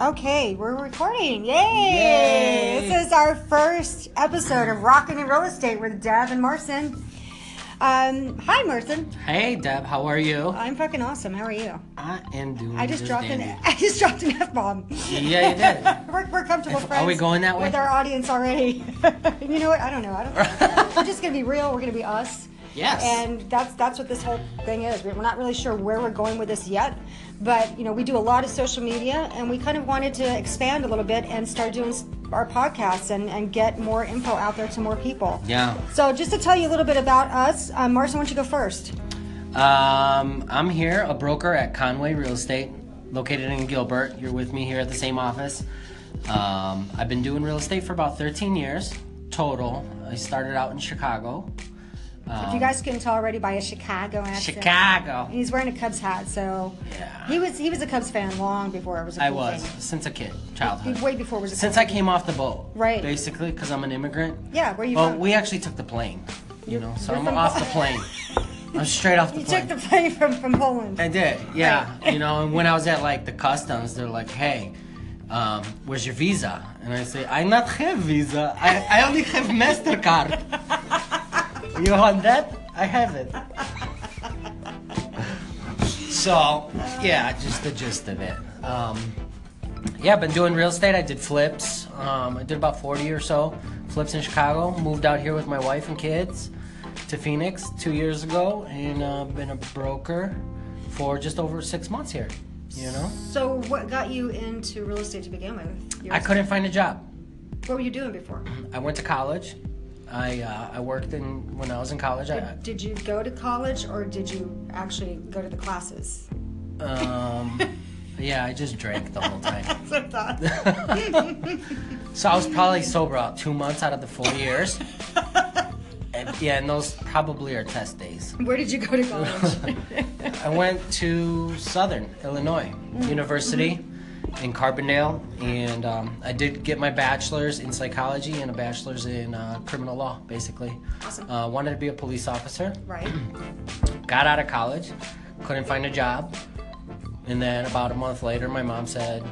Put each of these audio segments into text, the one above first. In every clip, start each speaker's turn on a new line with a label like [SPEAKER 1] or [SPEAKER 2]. [SPEAKER 1] Okay, we're recording. Yay!
[SPEAKER 2] Yay.
[SPEAKER 1] This is our first episode of Rockin' and Real Estate with Deb and Marcin. Um, hi, Marcin.
[SPEAKER 2] Hey Deb, how are you?
[SPEAKER 1] I'm fucking awesome. How are you?
[SPEAKER 2] I am doing.
[SPEAKER 1] I just
[SPEAKER 2] just
[SPEAKER 1] dropped an
[SPEAKER 2] dandy.
[SPEAKER 1] I just dropped an F bomb.
[SPEAKER 2] Yeah, you did.
[SPEAKER 1] we're, we're comfortable
[SPEAKER 2] If-
[SPEAKER 1] friends.
[SPEAKER 2] are we going that way?
[SPEAKER 1] with our audience already? you know what? I don't know. I don't. we're just gonna be real. We're gonna be us.
[SPEAKER 2] Yes.
[SPEAKER 1] And that's that's what this whole thing is. We're not really sure where we're going with this yet, but you know we do a lot of social media, and we kind of wanted to expand a little bit and start doing s- our podcasts and and get more info out there to more people.
[SPEAKER 2] Yeah.
[SPEAKER 1] So just to tell you a little bit about us, um, Marcin, why don't you go first?
[SPEAKER 2] Um, I'm here, a broker at Conway Real Estate, located in Gilbert. You're with me here at the same office. Um, I've been doing real estate for about 13 years total. I started out in Chicago. Um,
[SPEAKER 1] If you guys couldn't tell already by a Chicago accent.
[SPEAKER 2] Chicago.
[SPEAKER 1] He's wearing a Cubs hat, so
[SPEAKER 2] Yeah.
[SPEAKER 1] he was he was a Cubs fan long before it was a
[SPEAKER 2] I
[SPEAKER 1] cool
[SPEAKER 2] was
[SPEAKER 1] thing.
[SPEAKER 2] since a kid,
[SPEAKER 1] Be-
[SPEAKER 2] childhood.
[SPEAKER 1] Way before it was a
[SPEAKER 2] Since
[SPEAKER 1] cool
[SPEAKER 2] I came off the boat,
[SPEAKER 1] Right.
[SPEAKER 2] Basically, because I'm an immigrant.
[SPEAKER 1] thing. yeah, where you
[SPEAKER 2] Well,
[SPEAKER 1] from?
[SPEAKER 2] we actually took the plane, you know, so
[SPEAKER 1] you're
[SPEAKER 2] I'm
[SPEAKER 1] from
[SPEAKER 2] off
[SPEAKER 1] Bo-
[SPEAKER 2] the plane. I'm straight off the
[SPEAKER 1] you
[SPEAKER 2] plane.
[SPEAKER 1] took the plane from from Poland.
[SPEAKER 2] I did, yeah. You know, and when I was at like the customs, they're like, "Hey, um, where's your visa?" And I say, "I not have visa. I, I only have Mastercard. you want that? I have it." so, yeah, just the gist of it. Um, yeah, I've been doing real estate. I did flips. Um, I did about 40 or so flips in Chicago. Moved out here with my wife and kids to Phoenix two years ago, and uh, been a broker for just over six months here. You know,
[SPEAKER 1] So what got you into real estate to begin with? Your-
[SPEAKER 2] I couldn't find a job.
[SPEAKER 1] What were you doing before?
[SPEAKER 2] I went to college. I uh, I worked in when I was in college. I,
[SPEAKER 1] Did you go to college or did you actually go to the classes?
[SPEAKER 2] um, yeah, I just drank the whole time.
[SPEAKER 1] That's what I thought.
[SPEAKER 2] So I was probably sober about two months out of the four years. And, yeah, and those probably are test days.
[SPEAKER 1] Where did you go to college?
[SPEAKER 2] I went to Southern Illinois University in Carbondale, and um, I did get my bachelor's in psychology and a bachelor's in uh, criminal law, basically.
[SPEAKER 1] Awesome.
[SPEAKER 2] Uh, wanted to be a police officer.
[SPEAKER 1] right.
[SPEAKER 2] Got out of college, couldn't find a job, and then about a month later, my mom said,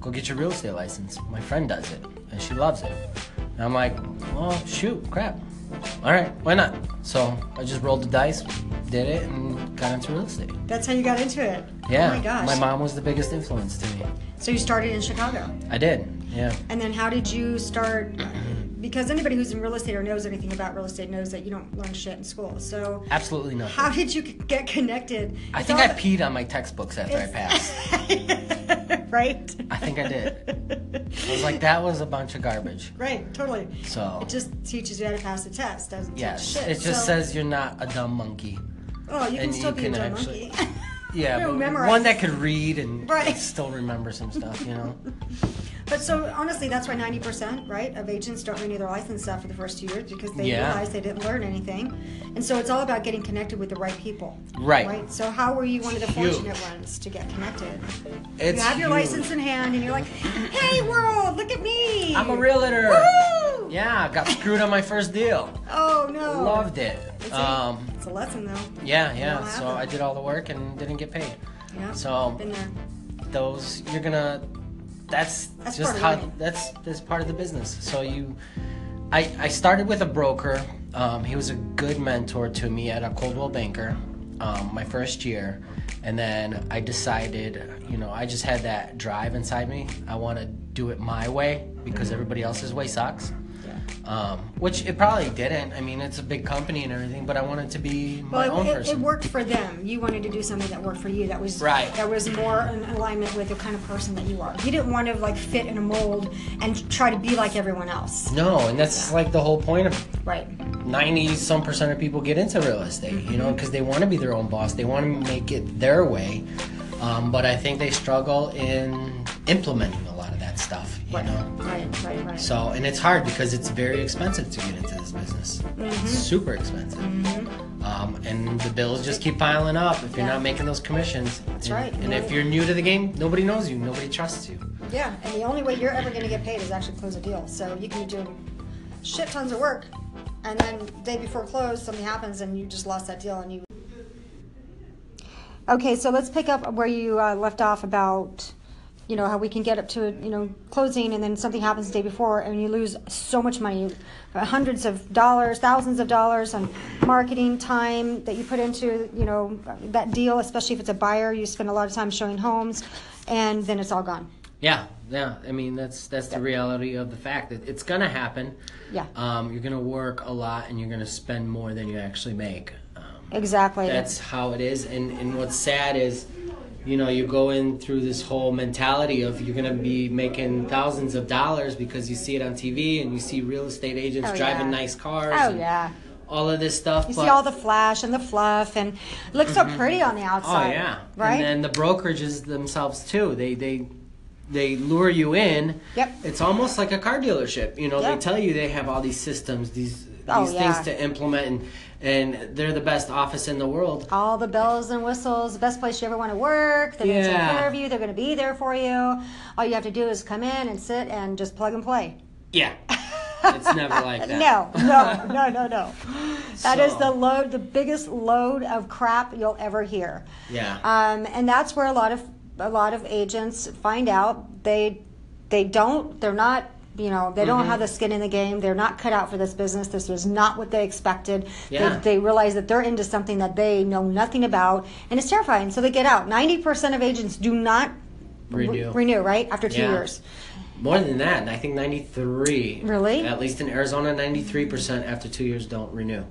[SPEAKER 2] "Go get your real estate license. My friend does it, and she loves it." And I'm like, "Well, shoot, crap. All right, why not?" So I just rolled the dice, did it, and got into real estate.
[SPEAKER 1] That's how you got into it.
[SPEAKER 2] Yeah.
[SPEAKER 1] Oh my gosh.
[SPEAKER 2] mom was the biggest influence to me.
[SPEAKER 1] So you started in Chicago.
[SPEAKER 2] I did. Yeah.
[SPEAKER 1] And then how did you start? Because anybody who's in real estate or knows anything about real estate knows that you don't learn shit in school. So
[SPEAKER 2] Absolutely nothing.
[SPEAKER 1] how did you get connected?
[SPEAKER 2] I
[SPEAKER 1] It's
[SPEAKER 2] think
[SPEAKER 1] all
[SPEAKER 2] I
[SPEAKER 1] about-
[SPEAKER 2] peed on my textbooks after I passed.
[SPEAKER 1] right.
[SPEAKER 2] I think I did. I was like, that was a bunch of garbage.
[SPEAKER 1] Right. Totally.
[SPEAKER 2] So
[SPEAKER 1] It just teaches you how to pass the test. Doesn't teach
[SPEAKER 2] yes,
[SPEAKER 1] shit.
[SPEAKER 2] it just
[SPEAKER 1] So-
[SPEAKER 2] says you're not a dumb monkey.
[SPEAKER 1] Oh, you can
[SPEAKER 2] and
[SPEAKER 1] still
[SPEAKER 2] you
[SPEAKER 1] be a
[SPEAKER 2] can
[SPEAKER 1] dumb
[SPEAKER 2] actually-
[SPEAKER 1] monkey.
[SPEAKER 2] Yeah,
[SPEAKER 1] You
[SPEAKER 2] but
[SPEAKER 1] memorize.
[SPEAKER 2] one that could read and
[SPEAKER 1] Right.
[SPEAKER 2] still remember some stuff, you know.
[SPEAKER 1] But so honestly, that's why ninety percent, right, of agents don't renew their license stuff for the first two years because they
[SPEAKER 2] Yeah.
[SPEAKER 1] realize they didn't learn anything, and so it's all about getting connected with the right people.
[SPEAKER 2] Right.
[SPEAKER 1] Right. So how were you one of the
[SPEAKER 2] Huge.
[SPEAKER 1] fortunate ones to get connected?
[SPEAKER 2] It's
[SPEAKER 1] you have your
[SPEAKER 2] huge.
[SPEAKER 1] license in hand, and you're like, "Hey world, look at me!
[SPEAKER 2] I'm a realtor.
[SPEAKER 1] Woohoo!
[SPEAKER 2] Yeah, got screwed on my first deal.
[SPEAKER 1] Oh no.
[SPEAKER 2] Loved it.
[SPEAKER 1] It's,
[SPEAKER 2] Um,
[SPEAKER 1] a, it's a lesson though.
[SPEAKER 2] yeah,
[SPEAKER 1] Wow.
[SPEAKER 2] yeah. So I did all the work and didn't get paid.
[SPEAKER 1] Yeah.
[SPEAKER 2] So
[SPEAKER 1] been there.
[SPEAKER 2] those you're gonna that's,
[SPEAKER 1] That's
[SPEAKER 2] just
[SPEAKER 1] part of
[SPEAKER 2] how
[SPEAKER 1] learning.
[SPEAKER 2] that's that's part of the business so you i i started with a broker um, he was a good mentor to me at a coldwell banker um, my first year and then i decided you know i just had that drive inside me i want to do it my way because everybody else's way sucks
[SPEAKER 1] Yeah.
[SPEAKER 2] um, which it probably didn't i mean it's a big company and everything but i wanted to be my
[SPEAKER 1] Well,
[SPEAKER 2] own
[SPEAKER 1] it, it- it
[SPEAKER 2] person
[SPEAKER 1] worked for them. You wanted to do something that worked for you. That was
[SPEAKER 2] Right.
[SPEAKER 1] That was more in alignment with the kind of person that you are. You didn't want to like fit in a mold and try to be like everyone else.
[SPEAKER 2] no and that's like the whole point of
[SPEAKER 1] Right.
[SPEAKER 2] 90 some percent of people get into real estate, you
[SPEAKER 1] Mm-hmm.
[SPEAKER 2] know, because they want to be their own boss. They want to make it their way. Um, but I think they struggle in implementing a lot of that stuff, you
[SPEAKER 1] Right.
[SPEAKER 2] know.
[SPEAKER 1] Right. Right. Right.
[SPEAKER 2] So, and it's hard because it's very expensive to get into this business.
[SPEAKER 1] Mm-hmm.
[SPEAKER 2] It's super expensive. Um, and the bills just keep piling up if you're
[SPEAKER 1] Yeah.
[SPEAKER 2] not making those commissions. That's and,
[SPEAKER 1] right.
[SPEAKER 2] And
[SPEAKER 1] No.
[SPEAKER 2] if you're new to the game, nobody knows you, nobody trusts you.
[SPEAKER 1] yeah. And the only way you're ever going to get paid is actually close a deal. So you can be doing shit tons of work, and then day before close, something happens and you just lost that deal and you. Okay, so let's pick up where you uh, left off about, you know, how we can get up to you know closing, and then something happens the day before, and you lose so much money, uh, hundreds of dollars, thousands of dollars on marketing time that you put into you know that deal, especially if it's a buyer. You spend a lot of time showing homes, and then it's all gone.
[SPEAKER 2] Yeah, yeah. I mean, that's that's the reality of the fact that it's gonna happen.
[SPEAKER 1] Yeah.
[SPEAKER 2] Um, you're gonna work a lot, and you're gonna spend more than you actually make. Um,
[SPEAKER 1] Exactly.
[SPEAKER 2] that's how it is. And and what's sad is, you know, you go in through this whole mentality of you're gonna be making thousands of dollars because you see it on TV and you see real estate agents
[SPEAKER 1] Oh,
[SPEAKER 2] driving
[SPEAKER 1] yeah.
[SPEAKER 2] nice cars.
[SPEAKER 1] oh
[SPEAKER 2] and
[SPEAKER 1] yeah.
[SPEAKER 2] All of this stuff.
[SPEAKER 1] You
[SPEAKER 2] but,
[SPEAKER 1] see all the flash and the fluff, and it looks so pretty on the
[SPEAKER 2] Oh
[SPEAKER 1] outside.
[SPEAKER 2] yeah,
[SPEAKER 1] Right.
[SPEAKER 2] And then the brokerages themselves too. They they they lure you in.
[SPEAKER 1] Yep.
[SPEAKER 2] It's almost like a car dealership. You know,
[SPEAKER 1] Yep.
[SPEAKER 2] they tell you they have all these systems, these these
[SPEAKER 1] Oh, yeah.
[SPEAKER 2] things to implement, and and they're the best office in the world.
[SPEAKER 1] all the bells and whistles, the best place you ever want to work. They're going to take
[SPEAKER 2] Yeah.
[SPEAKER 1] care of you. They're going to be there for you. All you have to do is come in and sit and just plug and play.
[SPEAKER 2] Yeah. it's never like that.
[SPEAKER 1] No, no, no, no, no. That is
[SPEAKER 2] So-
[SPEAKER 1] the load, the biggest load of crap you'll ever hear.
[SPEAKER 2] Yeah.
[SPEAKER 1] Um, and that's where a lot of a lot of agents find out they they don't they're not you know they
[SPEAKER 2] Mm-hmm.
[SPEAKER 1] don't have the skin in the game they're not cut out for this business this was not what they expected
[SPEAKER 2] Yeah.
[SPEAKER 1] they, they realize that they're into something that they know nothing about and it's terrifying so they get out 90% of agents do not re-
[SPEAKER 2] Renew.
[SPEAKER 1] renew right after two
[SPEAKER 2] Yeah.
[SPEAKER 1] years
[SPEAKER 2] More than that, I think ninety three.
[SPEAKER 1] Really?
[SPEAKER 2] At least in Arizona, ninety three percent after two years don't renew.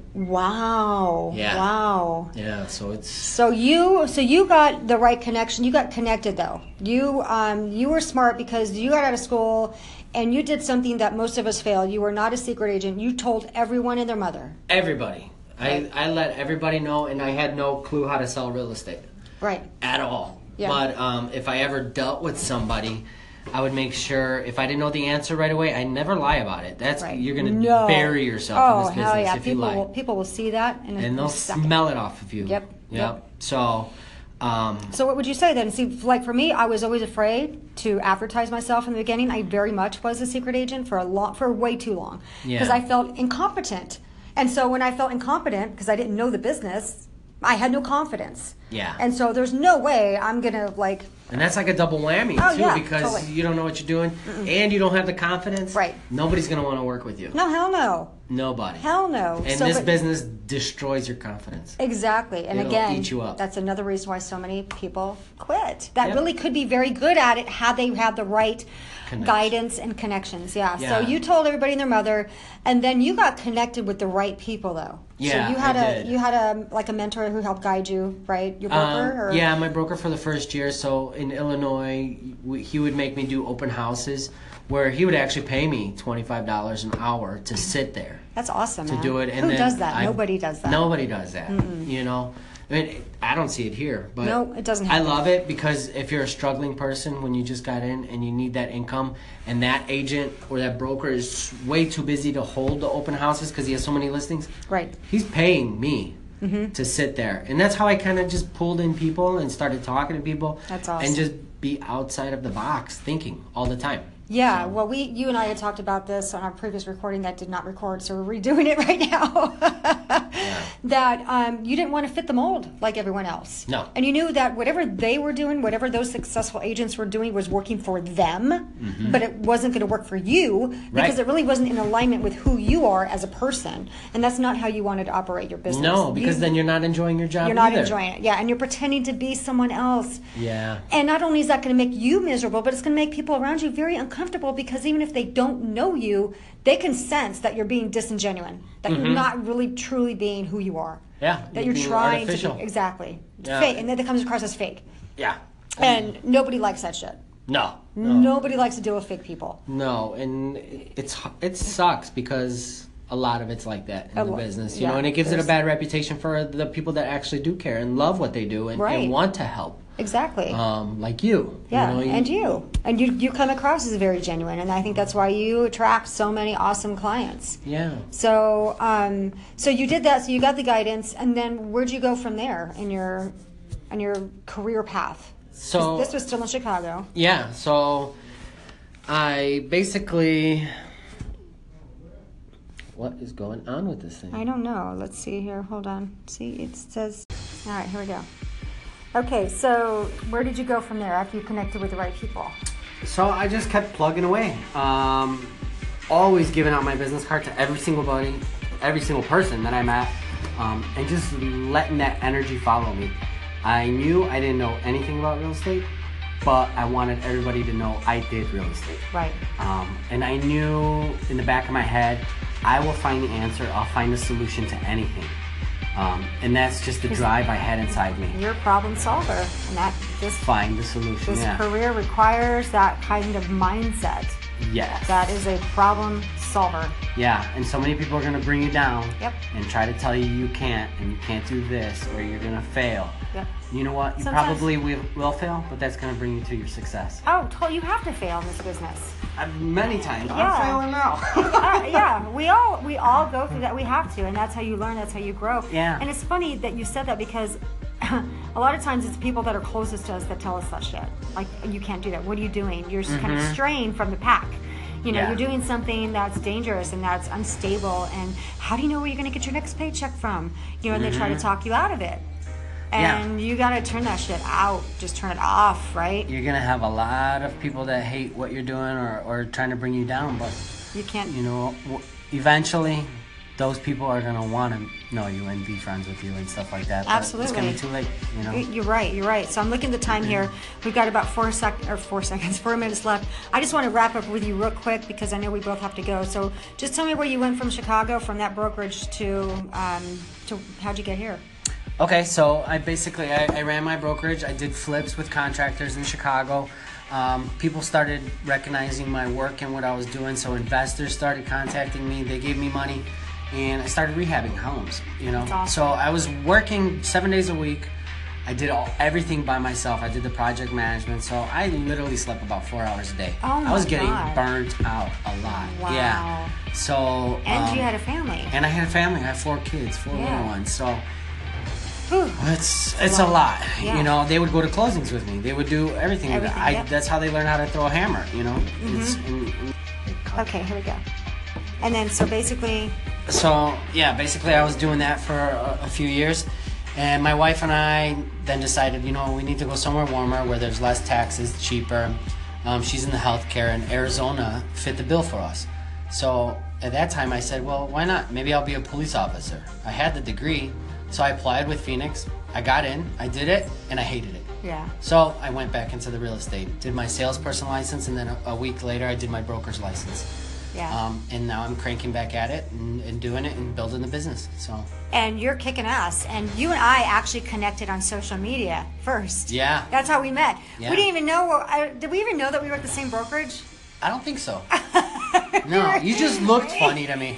[SPEAKER 1] wow
[SPEAKER 2] Yeah.
[SPEAKER 1] wow
[SPEAKER 2] Yeah. So it's
[SPEAKER 1] So you, so you got the right connection. You got connected though. You, um, you were smart because you got out of school, and you did something that most of us fail. You were not a secret agent. You told everyone and their mother.
[SPEAKER 2] everybody. I, I let everybody know, and I had no clue how to sell real estate.
[SPEAKER 1] Right.
[SPEAKER 2] at all.
[SPEAKER 1] Yeah.
[SPEAKER 2] But um, if I ever dealt with somebody, I would make sure if I didn't know the answer right away, I never lie about it. That's
[SPEAKER 1] Right.
[SPEAKER 2] you're gonna
[SPEAKER 1] No.
[SPEAKER 2] bury yourself
[SPEAKER 1] Oh
[SPEAKER 2] in this business
[SPEAKER 1] hell yeah!
[SPEAKER 2] if
[SPEAKER 1] people
[SPEAKER 2] you lie,
[SPEAKER 1] will people will see that and,
[SPEAKER 2] and
[SPEAKER 1] it'll
[SPEAKER 2] they'll
[SPEAKER 1] suck it.
[SPEAKER 2] smell it off of you.
[SPEAKER 1] Yep.
[SPEAKER 2] Yep.
[SPEAKER 1] Yep.
[SPEAKER 2] So, um,
[SPEAKER 1] So what would you say then? See, like for me, I was always afraid to advertise myself in the beginning. I very much was a secret agent for a lot, for way too long,
[SPEAKER 2] Yeah.
[SPEAKER 1] because I felt incompetent. And so when I felt incompetent because I didn't know the business, I had no confidence.
[SPEAKER 2] Yeah.
[SPEAKER 1] And so there's no way I'm gonna like
[SPEAKER 2] and that's like a double whammy
[SPEAKER 1] Oh,
[SPEAKER 2] too
[SPEAKER 1] yeah,
[SPEAKER 2] because
[SPEAKER 1] totally.
[SPEAKER 2] you don't know what you're doing and you don't have the confidence.
[SPEAKER 1] Right.
[SPEAKER 2] Nobody's gonna want to work with you.
[SPEAKER 1] no hell no
[SPEAKER 2] Nobody.
[SPEAKER 1] hell no.
[SPEAKER 2] and
[SPEAKER 1] So,
[SPEAKER 2] this
[SPEAKER 1] but-
[SPEAKER 2] business destroys your confidence.
[SPEAKER 1] Exactly. And
[SPEAKER 2] It'll
[SPEAKER 1] again,
[SPEAKER 2] eat you up.
[SPEAKER 1] that's another reason why so many people quit. That
[SPEAKER 2] Yeah.
[SPEAKER 1] really could be very good at it had they had the right
[SPEAKER 2] Connections.
[SPEAKER 1] guidance and connections. Yeah.
[SPEAKER 2] Yeah.
[SPEAKER 1] So you told everybody and their mother and then you got connected with the right people though.
[SPEAKER 2] Yeah,
[SPEAKER 1] So you had
[SPEAKER 2] I
[SPEAKER 1] a
[SPEAKER 2] did.
[SPEAKER 1] you had a like a mentor who helped guide you, right? Your broker
[SPEAKER 2] Um,
[SPEAKER 1] or
[SPEAKER 2] Yeah, my broker for the first year. So in Illinois, w- he would make me do open houses where he would actually pay me $25 an hour to sit there
[SPEAKER 1] That's awesome.
[SPEAKER 2] to do it. And
[SPEAKER 1] who
[SPEAKER 2] then
[SPEAKER 1] does that?
[SPEAKER 2] I-
[SPEAKER 1] Nobody does that.
[SPEAKER 2] Nobody does that. You know, I mean, I don't see it here, but
[SPEAKER 1] No, it doesn't
[SPEAKER 2] I
[SPEAKER 1] happen.
[SPEAKER 2] love it because if you're a struggling person when you just got in and you need that income, and that agent or that broker is way too busy to hold the open houses because he has so many listings,
[SPEAKER 1] Right.
[SPEAKER 2] He's paying me.
[SPEAKER 1] Mm-hmm.
[SPEAKER 2] To sit there, and that's how I kind of just pulled in people and started talking to people,
[SPEAKER 1] That's
[SPEAKER 2] and
[SPEAKER 1] awesome.
[SPEAKER 2] just be outside of the box, thinking all the time.
[SPEAKER 1] Yeah, well, we you and I had talked about this on our previous recording that did not record, so we're redoing it right now. That um, you didn't want to fit the mold like everyone else.
[SPEAKER 2] No.
[SPEAKER 1] And you knew that whatever they were doing, whatever those successful agents were doing, was working for them, but it wasn't going to work for you because
[SPEAKER 2] Mm-hmm. Right.
[SPEAKER 1] it really wasn't in alignment with who you are as a person, and that's not how you wanted to operate your business.
[SPEAKER 2] No, because
[SPEAKER 1] You-
[SPEAKER 2] then you're not enjoying your job.
[SPEAKER 1] you're not
[SPEAKER 2] either.
[SPEAKER 1] enjoying it. Yeah, and you're pretending to be someone else.
[SPEAKER 2] Yeah.
[SPEAKER 1] And not only is that going to make you miserable, but it's going to make people around you very uncomfortable because even if they don't know you, they can sense that you're being disingenuous, that you're not really truly being who you are.
[SPEAKER 2] Mm-hmm. Yeah,
[SPEAKER 1] That you're
[SPEAKER 2] you're being
[SPEAKER 1] trying to
[SPEAKER 2] artificial.
[SPEAKER 1] be exactly
[SPEAKER 2] Yeah.
[SPEAKER 1] fake, and then that comes across as fake.
[SPEAKER 2] Yeah.
[SPEAKER 1] And nobody likes that shit.
[SPEAKER 2] No.
[SPEAKER 1] Nobody likes to deal with fake people.
[SPEAKER 2] No, and it's it sucks because a lot of it's like that in
[SPEAKER 1] A
[SPEAKER 2] the
[SPEAKER 1] lo-
[SPEAKER 2] business, you
[SPEAKER 1] yeah,
[SPEAKER 2] know, and it gives it a
[SPEAKER 1] there's-
[SPEAKER 2] bad reputation for the people that actually do care and love what they do and,
[SPEAKER 1] Right.
[SPEAKER 2] and want to help,
[SPEAKER 1] Exactly.
[SPEAKER 2] um, like you.
[SPEAKER 1] yeah,
[SPEAKER 2] you know,
[SPEAKER 1] and you, and you, you come across as very genuine, and I think that's why you attract so many awesome clients.
[SPEAKER 2] Yeah.
[SPEAKER 1] So, um, so you did that. So you got the guidance, and then where'd you go from there in your, in your career path? 'Cause
[SPEAKER 2] So
[SPEAKER 1] this was still in Chicago.
[SPEAKER 2] yeah, so I basically. What is going on with this thing?
[SPEAKER 1] I don't know. Let's see here. Hold on. See, it says. All right, here we go. Okay, so where did you go from there after you connected with the right people?
[SPEAKER 2] So I just kept plugging away. Um, always giving out my business card to every single buddy, every single person that I met, um, and just letting that energy follow me. I knew I didn't know anything about real estate, but I wanted everybody to know I did real estate.
[SPEAKER 1] Right.
[SPEAKER 2] Um, and I knew in the back of my head, I will find the answer. I'll find the solution to anything. Um, and that's just the drive I had inside me.
[SPEAKER 1] You're a problem solver, and that this
[SPEAKER 2] Find the solution.
[SPEAKER 1] this
[SPEAKER 2] yeah.
[SPEAKER 1] career requires that kind of mindset.
[SPEAKER 2] Yes.
[SPEAKER 1] That is a problem solver.
[SPEAKER 2] Yeah, and so many people are gonna bring you down.
[SPEAKER 1] Yep.
[SPEAKER 2] And try to tell you you can't, and you can't do this, or you're gonna fail.
[SPEAKER 1] Yep.
[SPEAKER 2] You know what? You
[SPEAKER 1] Sometimes-
[SPEAKER 2] probably will, will fail, but that's gonna bring you to your success.
[SPEAKER 1] Oh, to- you have to fail in this business.
[SPEAKER 2] I've many times.
[SPEAKER 1] Yeah.
[SPEAKER 2] I'm failing
[SPEAKER 1] Uh,
[SPEAKER 2] now.
[SPEAKER 1] yeah, we all we all go through that. We have to, and that's how you learn. That's how you grow.
[SPEAKER 2] Yeah.
[SPEAKER 1] And it's funny that you said that because a lot of times it's people that are closest to us that tell us that shit. Like you can't do that. What are you doing? You're just kind of straying from the pack. You know,
[SPEAKER 2] Mm-hmm. Yeah.
[SPEAKER 1] you're doing something that's dangerous and that's unstable. And how do you know where you're going to get your next paycheck from? You know, and they try to talk you out of it.
[SPEAKER 2] Mm-hmm. Yeah.
[SPEAKER 1] And you got to turn that shit out. Just turn it off, right?
[SPEAKER 2] You're gonna have a lot of people that hate what you're doing or, or trying to bring you down, but
[SPEAKER 1] You can't.
[SPEAKER 2] you know, w- eventually, those people are gonna want to know you and be friends with you and stuff like that. but It's
[SPEAKER 1] Absolutely.
[SPEAKER 2] gonna be too late. You know.
[SPEAKER 1] Y- You're right. You're right. So I'm looking at the time here. We've got about four sec or four seconds, four minutes left. I just want to wrap up with you real quick because I know we both have to go. So just tell me where you went from Chicago, from that brokerage to um, to how'd you get here?
[SPEAKER 2] Okay, so I basically I, I ran my brokerage. I did flips with contractors in Chicago. Um, people started recognizing my work and what I was doing, so investors started contacting me. They gave me money, and I started rehabbing homes. You know,
[SPEAKER 1] awesome.
[SPEAKER 2] so I was working seven days a week. I did all everything by myself. I did the project management, so I literally slept about four hours a day.
[SPEAKER 1] Oh
[SPEAKER 2] I was
[SPEAKER 1] my
[SPEAKER 2] getting
[SPEAKER 1] God.
[SPEAKER 2] burnt out a lot.
[SPEAKER 1] Wow.
[SPEAKER 2] Yeah. So
[SPEAKER 1] And
[SPEAKER 2] um,
[SPEAKER 1] you had a family.
[SPEAKER 2] and I had a family. I had four kids, four
[SPEAKER 1] Yeah.
[SPEAKER 2] little ones. So
[SPEAKER 1] Whew.
[SPEAKER 2] it's it's a lot.
[SPEAKER 1] Yeah.
[SPEAKER 2] You know, they would go to closings with me. They would do everything. with it.
[SPEAKER 1] Everything,
[SPEAKER 2] I,
[SPEAKER 1] yep. Mm-hmm.
[SPEAKER 2] That's how they learn how to throw a hammer. You know. It's, and, and-
[SPEAKER 1] Okay, here we go. And then so basically,
[SPEAKER 2] so yeah, basically, I was doing that for a, a few years, and my wife and I then decided, you know, we need to go somewhere warmer where there's less taxes, cheaper. Um, she's in the healthcare, and Arizona fit the bill for us. So at that time, I said, well, why not? Maybe I'll be a police officer. I had the degree, so I applied with Phoenix. I got in, I did it, and I hated it.
[SPEAKER 1] yeah.
[SPEAKER 2] So I went back into the real estate, did my salesperson license, and then a, a week later I did my broker's license.
[SPEAKER 1] Yeah.
[SPEAKER 2] Um, and now I'm cranking back at it and, and doing it and building the business. So
[SPEAKER 1] And you're kicking ass. And you and I actually connected on social media first.
[SPEAKER 2] Yeah.
[SPEAKER 1] That's how we met.
[SPEAKER 2] Yeah.
[SPEAKER 1] We didn't even know. I, did we even know that we were at the same brokerage?
[SPEAKER 2] I don't think so. no, you just looked funny to me.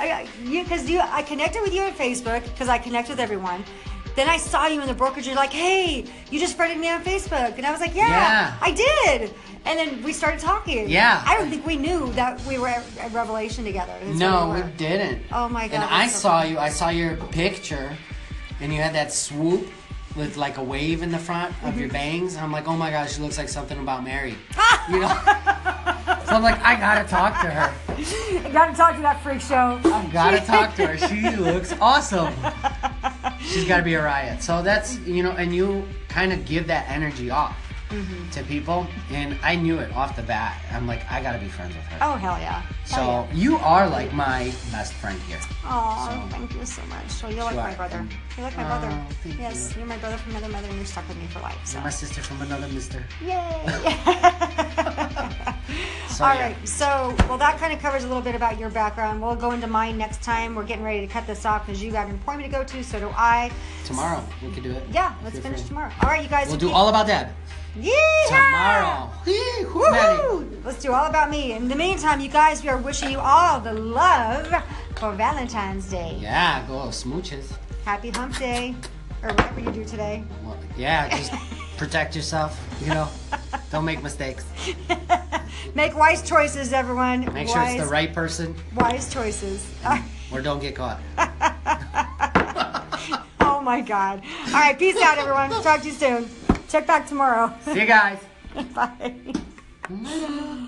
[SPEAKER 1] I, you because you I connected with you on Facebook because I connect with everyone. Then I saw you in the brokerage. You're like, hey, you just friended me on Facebook, and I was like, yeah,
[SPEAKER 2] Yeah.
[SPEAKER 1] I did. And then we started talking.
[SPEAKER 2] Yeah.
[SPEAKER 1] I don't think we knew that we were at at Revelation together. That's
[SPEAKER 2] No,
[SPEAKER 1] where
[SPEAKER 2] we
[SPEAKER 1] were.
[SPEAKER 2] didn't.
[SPEAKER 1] Oh my God,
[SPEAKER 2] And I
[SPEAKER 1] that's so
[SPEAKER 2] saw
[SPEAKER 1] funny.
[SPEAKER 2] you. I saw your picture, and you had that swoop with like a wave in the front of
[SPEAKER 1] Mm-hmm.
[SPEAKER 2] your bangs. And I'm like, oh my gosh, she looks like something about Mary. you know. So I'm like, I gotta talk to her.
[SPEAKER 1] I gotta talk to that freak show.
[SPEAKER 2] Gotta talk to her. She looks awesome. She's gotta be a riot. So that's you know, and you kind of give that energy off
[SPEAKER 1] Mm-hmm.
[SPEAKER 2] to people, and I knew it off the bat. I'm like, I gotta be friends with her.
[SPEAKER 1] Oh hell yeah.
[SPEAKER 2] so you are like my best friend here.
[SPEAKER 1] Oh, thank you so much. So you're like
[SPEAKER 2] Sure.
[SPEAKER 1] my brother. You're like my
[SPEAKER 2] Oh,
[SPEAKER 1] brother.
[SPEAKER 2] thank you.
[SPEAKER 1] Yes, you. are my brother from another mother, and you're stuck with me for life. So.
[SPEAKER 2] My sister from another mister.
[SPEAKER 1] Yay!
[SPEAKER 2] So,
[SPEAKER 1] All
[SPEAKER 2] yeah.
[SPEAKER 1] right. So, well, that kind of covers a little bit about your background. We'll go into mine next time. We're getting ready to cut this off because you got an appointment to go to. So do I.
[SPEAKER 2] Tomorrow we could do it.
[SPEAKER 1] Yeah, let's
[SPEAKER 2] Feel
[SPEAKER 1] finish
[SPEAKER 2] free.
[SPEAKER 1] tomorrow. All right, you guys.
[SPEAKER 2] We'll do all about that
[SPEAKER 1] Yeehaw!
[SPEAKER 2] tomorrow. Woo-hoo.
[SPEAKER 1] Woohoo! Let's do all about me. In the meantime, you guys, we are wishing you all the love for Valentine's Day.
[SPEAKER 2] Yeah, go smooches.
[SPEAKER 1] Happy Hump Day, or whatever you do today.
[SPEAKER 2] Well, yeah, just protect yourself. You know, don't make mistakes.
[SPEAKER 1] Make wise choices, everyone.
[SPEAKER 2] Make
[SPEAKER 1] wise,
[SPEAKER 2] sure it's the right person
[SPEAKER 1] wise choices.
[SPEAKER 2] or don't get caught.
[SPEAKER 1] oh my God. All right, peace out, everyone. Talk to you soon. Check back tomorrow.
[SPEAKER 2] See you guys.
[SPEAKER 1] Bye.